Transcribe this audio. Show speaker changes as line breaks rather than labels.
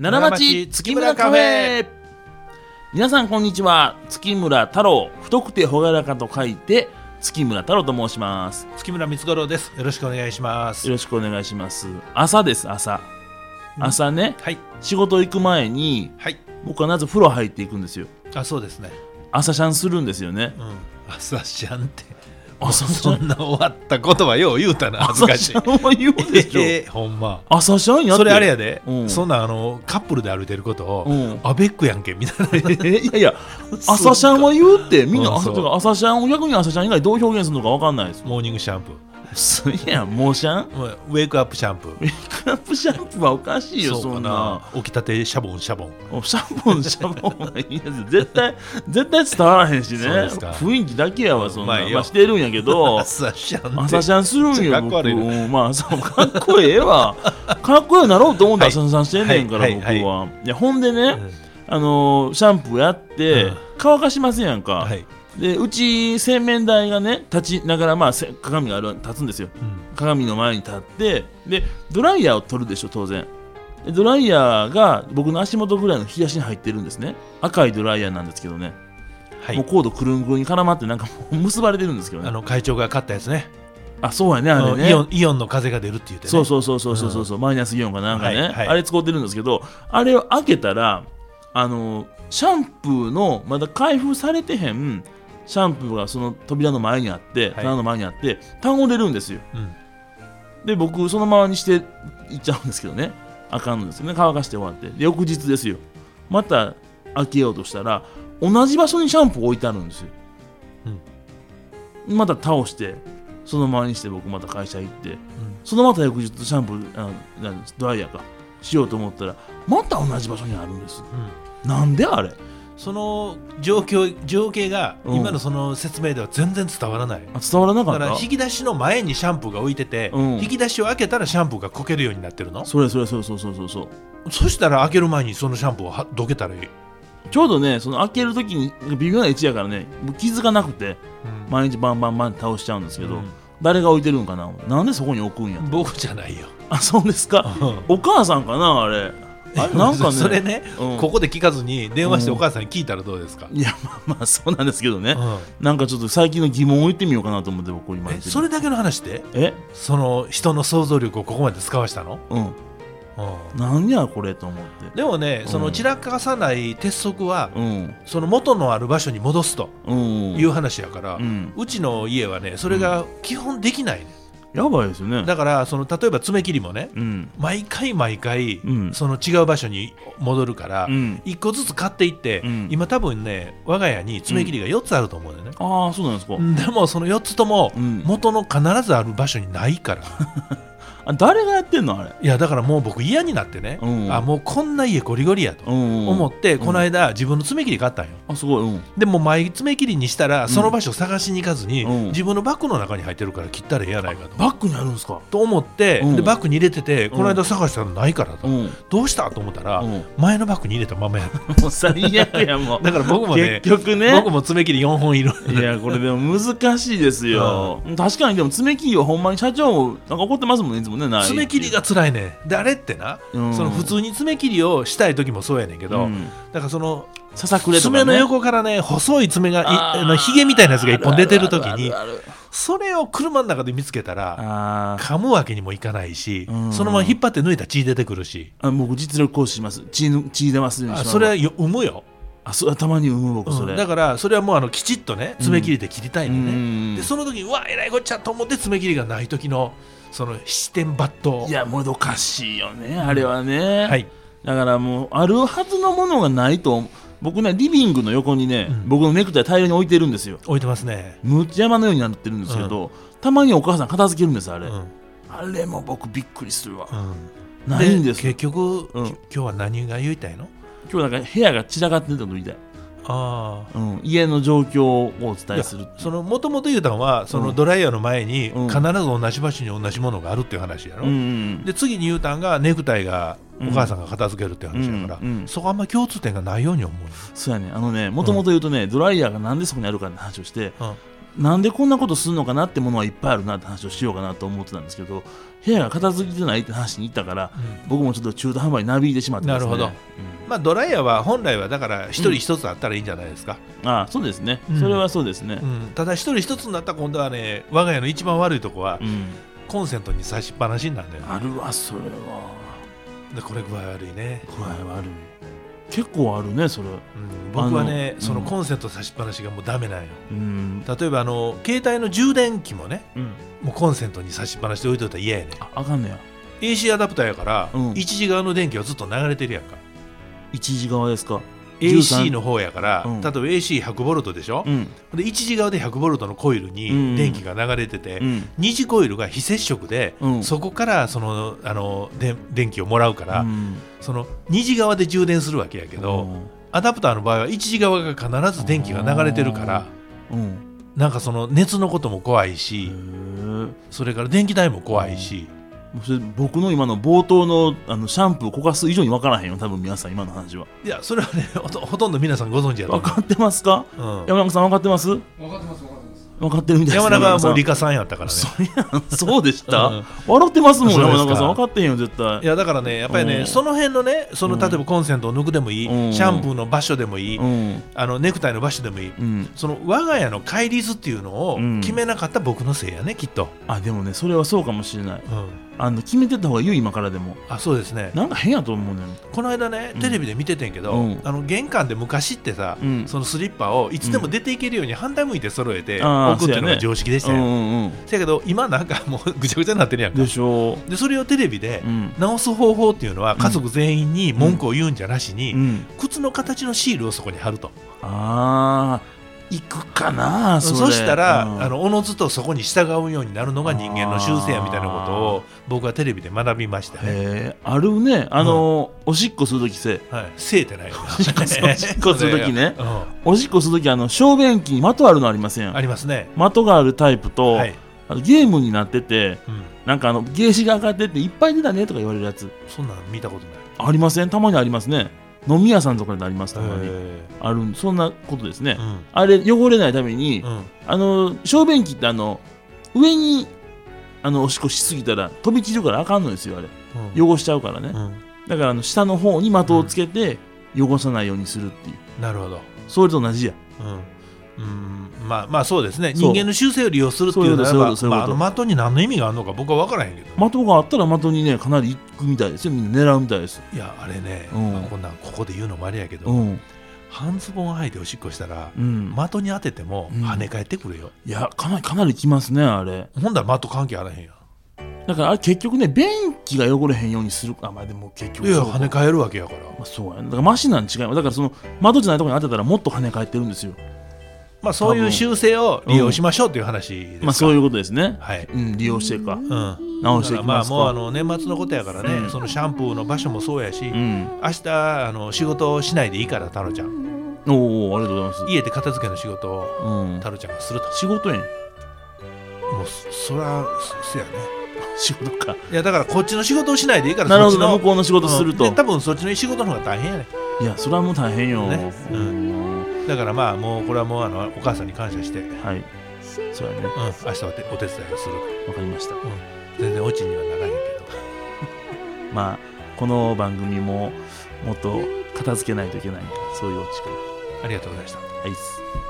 奈良町月村カフェ皆さんこんにちは月村太郎太くて朗らかと書いて月村太郎と申します
月村光五郎です。よろしくお願いします。
よろしくお願いします朝です朝朝ね、
はい。
仕事行く前に
はい。
僕はなぜ風呂入っていくんですよ
あ、そうですね。
朝シャンするんですよね
うん。朝シャ ンって。
朝シ
そ
ャン
んな終わったことはよう言う たな、恥ず
朝
かし
シ
い。
ャンは言うでしょ、
ええほんま。
朝シャンやって
それあれやで、
うん
そんなあのカップルで歩いてることを、
うん
アベックやんけみたいな
えいやいや朝シャンは言うってみんな
うん
朝,、
そう
朝シャンを逆に朝シャン以外どう表現するのかわかんないです
モーニングシャンプー
そういやもうシャン
まあウェイクアップシャンプー
クラップシャンプーはおかしいよそ
うん
な
起きたてシャボンシャボン、
シャボンシャボンはいいやつ絶 対絶対伝わらへんしね
そうですか
雰囲気だけやわそんな、
まあいいよ
まあ、してるんやけ ど
朝シャンって
朝シャンするん
ちょっ
よ
とかっこ悪いな
僕まあそうかっこええ わかっこようなろうと思ったら
はい
朝シャンしてんねんから、
はい
僕
はい
は、いやほんでね、
うん
あのーシャンプーやって、
うん
乾かしますやんか、
はい、
でうち洗面台がね立ちながらまあせ鏡がある立つんですよ
うん
鏡の前に立ってでドライヤーを取るでしょ当然でドライヤーが僕の足元ぐらいの冷やしに入ってるんですね赤いドライヤーなんですけどね、
は
もう
い、
コードくるんくるんに絡まってなんかもう結ばれてるんですけど
あ
ね
の会長が勝ったやつね
あそうやねあれ
うん
ね
イオンイオンの風が出るって言ってね
そうそうそうそうそうそうそう、マイナスイオンかなんかね、
はいはい
あれ使ってるんですけどあれを開けたらあのシャンプーのまだ開封されてへんシャンプーがその扉の前にあって、棚の前にあって倒れるんですよ
うん
で僕そのままにしていっちゃうんですけどねあかんのですよね乾かして終わってで翌日ですよまた開けようとしたら同じ場所にシャンプー置いてあるんですよ、また倒してそのままにして僕また会社行ってそのまた翌日シャンプーあなんドライヤーかしようと思ったらまた同じ場所にあるんです
うんうん
なんであれ
その状況情景が
うん
今のその説明では全然伝わらない、
あ伝わらなか
だ
っ
から
た
引き出しの前にシャンプーが置いてて、
うん
引き出しを開けたらシャンプーがこけるようになってるのそ
それそれそれそうそうそうそう
したら開ける前にそのシャンプーをはどけたらいい、
ちょうどねその開ける時に微妙な位置やからねもう気づかなくて
ま
毎日バンバンバンって倒しちゃうんですけど、
うん
誰が置いてるんかななんでそこに置くんや
僕じゃないよ
あそうですかお母さんかなあれあれなんかね
それね、
うん
ここで聞かずに電話して
う
お
ん
母さんに聞いたらどうですか、
いやまあまあそうなんですけどね、
うん
なんかちょっと最近の疑問を言ってみようかなと思って僕今言
え
ってる
それだけの話で
え
その人の想像力をここまで使わしたの、
うん
うん
なんやこれと思って
でもねそうの
ん
散らかさない鉄則は、
うん
その元のある場所に戻すと
うん
いう話やから、
う
うんちの家はねそれが基本できない、ね
やばいですよね
だからその例えば爪切りもね
うん
毎回毎回、
うん
その違う場所に戻るから、
うん
一個ずつ買っていって、
うん
今多分ね我が家に爪切りが4つあると思うんだよね、
ああそうなんですか、
でもその4つとも
うん
元の必ずある場所にないから、
あ誰がやってんのあれ
いやだからもう僕嫌になってね、
うん
あもうこんな家ゴリゴリやと
うん
思って、
うん
この間自分の爪切り買ったんよ
あすごいうん
でも前爪切りにしたらその場所探しに行かずに、
うん
自分のバッグの中に入ってるから切ったらええやないかと。
バッグにあるんですか
と思って、
うん
でバッグに入れてて
うん
この間探したのないからと、
うん
どうしたと思ったら、
うん
前のバッグに入れたままやった
もう最悪や もう
だから僕もね
結局ね
僕も爪切り4本いる
いやこれでも難しいですよ、確かにでも爪切りはほんまに社長もなんか怒ってますもんねいつもねない
爪切りが辛いねんであれってな、
うん
その普通に爪切りをしたい時もそうやねんけど、
うん
だからその
ささくれとか、ね、
爪の横からね細い爪がい
あー
あのヒゲみたいなやつが1本出てる時に
あるあるある
それを車の中で見つけたら
あるあ
噛むわけにもいかないし、
うん
そのまま引っ張って抜いたら血出てくるし、
ーあ僕実力行使します血ぬ血出ますようにし
あ
ます
それはよ産むよ、
あそたまに産む僕それ、
うんだからそれはもうあのきちっとね爪切りで切りたいのね、
うん
でその時にうわえらいこっちゃと思って爪切りがない時のその七点抜刀
いやもどかしいよねあれはね、
はい
だからもうあるはずのものがないと僕ねリビングの横にね、
うん
僕のネクタイ大量に置いてるんですよ
置いてますね、
むっちゃ山のようになってるんですけど、たまにお母さん片付けるんですあ
う
れ、
ん
あれも僕びっくりするわ、
うん
ないんです
結局、
うん
き今日は何が言いたいの
今日なんか部屋が散らかってたのみたい、
ああ
うん、家の状況をお伝えする
そのもともと言うたんはそうの
ん
ドライヤーの前に
うん
必ず同じ場所に同じものがあるっていう話やろ、
うんうん
で次に言うたんがネクタイがお母さんが片付けるっていう話やから、
うんうん
そこあんま共通点がないように思うよ、
そうやねあのねもともと言うとね、ドライヤーがなんでそこにあるかって話をして
うん
なんでこんなことするのかなってものはいっぱいあるなって話をしようかなと思ってたんですけど部屋が片付いてないって話に行ったから僕もちょっと中途半端になびいてしまってますね
なるほどまあ、ドライヤーは本来はだから一人一つあったらいいんじゃないですか、
うんああそうですね、
うん
それはそうですね
うんただ一人一つになったら今度はね我が家の一番悪いとこは
うん、
コンセントに差しっぱなしになるんだよね
あるわそれは
でこれ具合悪いね、
具合悪い結構あるねそれ
うん、僕はね
あの
その
うん
コンセント差しっぱなしがもうダメなんよ
うん、
例えばあの携帯の充電器もね
うん、
もうコンセントに差しっぱなしで置いといたら嫌やね
ああかんねや
AC アダプターやから、
うん
一時側の電気はずっと流れてるやんか
一時側ですか
AC
の
の方やから、
うん
例えば AC100 ボルトでしょ、
うん
で一時側で100ボルトのコイル
うん
に電気が流れてて、
うん
二次コイルが非接触で、
うん
そこからそのあので電気をもらうから、
うん
その二次側で充電するわけやけど、アダプターの場合は一次側が必ず電気が流れてるから
うんうん
なんかその熱のことも怖い
へ
し、
え
それから電気代も怖いし、
それ僕の今の冒頭のあのシャンプー焦がす以上に分からへんよ多分皆さん今の話はい
やそれはね ほとほとんど皆さんご存知やと
分
思
かってますか
う、うん、
山中さん分かってます
分かってます分かってます
分かってるみたいです
山中はもう理
山
科さんやったからね
中さんそそうでした、
うん
笑ってますもん
そうです
山
か
中さん分かってへんよ絶対
いやだからねやっぱりね、
うん
その辺のねその
うん
例えばコンセントを抜くでもいい、
うん
シャンプーの場所でもいい、
うん
あのネクタイの場所でもいい、
うん
その我が家の戒律っていうのを
うん
決めなかった僕のせいやねきっと、
あでもねそれはそうかもしれない
うん、
あの決めてた方がいいよ今からでも
あそうですね
なんか変やと思うねん
この間ね
うん
テレビで見ててんけど、
うん
あの玄関で昔ってさ、
うん
そのスリッパをいつでも出ていけるように反対向いて揃えて
あー
置くっていうの
そうや
が
ね
常識でした
う
よ、
んうん
せやけど今なんかもうぐちゃぐちゃになってるやん
うん
か
でしょ
でそれをテレビで
ううん
直す方法っていうのは家族全員に文句を言うんじゃなしに、
うん
靴の形のシールをそこに貼ると
ああ行くかな
そ
それ
したら、
うん
あのおのずとそこに従うようになるのが人間の習性やみたいなことを僕はテレビで学びましたね。
へえあるねあの、おしっこするときせ
はい、せえてないよね。
おしっこする時ね
うん
おしっこするときあの小便器に的あるのありません
ありますね。
的があるタイプと、
はい、
あとゲームになってて
うん。
なんかあのゲージが上がってっていっぱい出たねとか言われるやつ
そんなん見たことない。
ありませんたまにありますね飲み屋さんとかでありますたまに
へ
あるそんなことですね、
えうん。
あれ汚れないために、
うん。
あの小便器ってあの上にあのおしっこしすぎたら飛び散るからあかんのですよあれ
うん
汚しちゃうからね、
うん
だからあの下の方に的をつけて汚さないようにするっていう、
なるほど。
それと同じや
うん。うん、まあまあそうですね。
そ
人
う
間の習性を利用するっていうの
そういうこ
は
とそういう
ま
こと
あ、あの的に何の意味があるのか僕は分からへんけど。
的があったら的にねかなりいくみたいですよみんな狙うみたいです
いやあれね、
うん
まあこんなんここで言うのもあれやけど、
うん
半ズボン履いておしっこしたら
うん、
的に当てても
うん
跳ね返ってくるよ、
いやかなりかなりきますねあれ
ほんだら的関係あらへんやん
だからあれ結局ね便器が汚れへんようにするあまあでも結局
いや
そうか
跳ね返るわけやか
ま
ら
あ、そうやねだからマシなん違いだからその窓じゃないところに当てたらもっと跳ね返ってるんですよ
まあそうい
多
う
分
習性を利用しましょうという話ですか、
まあそういうことですね
はい、
うん利用してか
うん、
直
だ
し
か
てい
ら
き
ま
ま
あ
すか
もうあの年末のことやからね、
うん
そのシャンプーの場所もそうやし、
うん
明日あの仕事をしないでいいから太郎ちゃん
おおありがとうござい
家で片付けの仕事を
ます、
太郎ちゃんがすると
うん、仕事やん
もうそそらそそやね
仕事か
いやだからこっちの仕事をしないでいいから
なるほ
そっち
ど
の
向こうの仕事すると、
うんで多分そっちの仕事の方が大変やね
いやそれはもう大変よ、
ね
うん
だからまあもうこれはもうあのお母さんに感謝して、うん、
はいそうやねわ
明日はてお手伝いをする
かりました
全然オチにはならへんけど
まあこの番組ももっと片付けないといけないそういうオチか
ありがとうございました
はいっす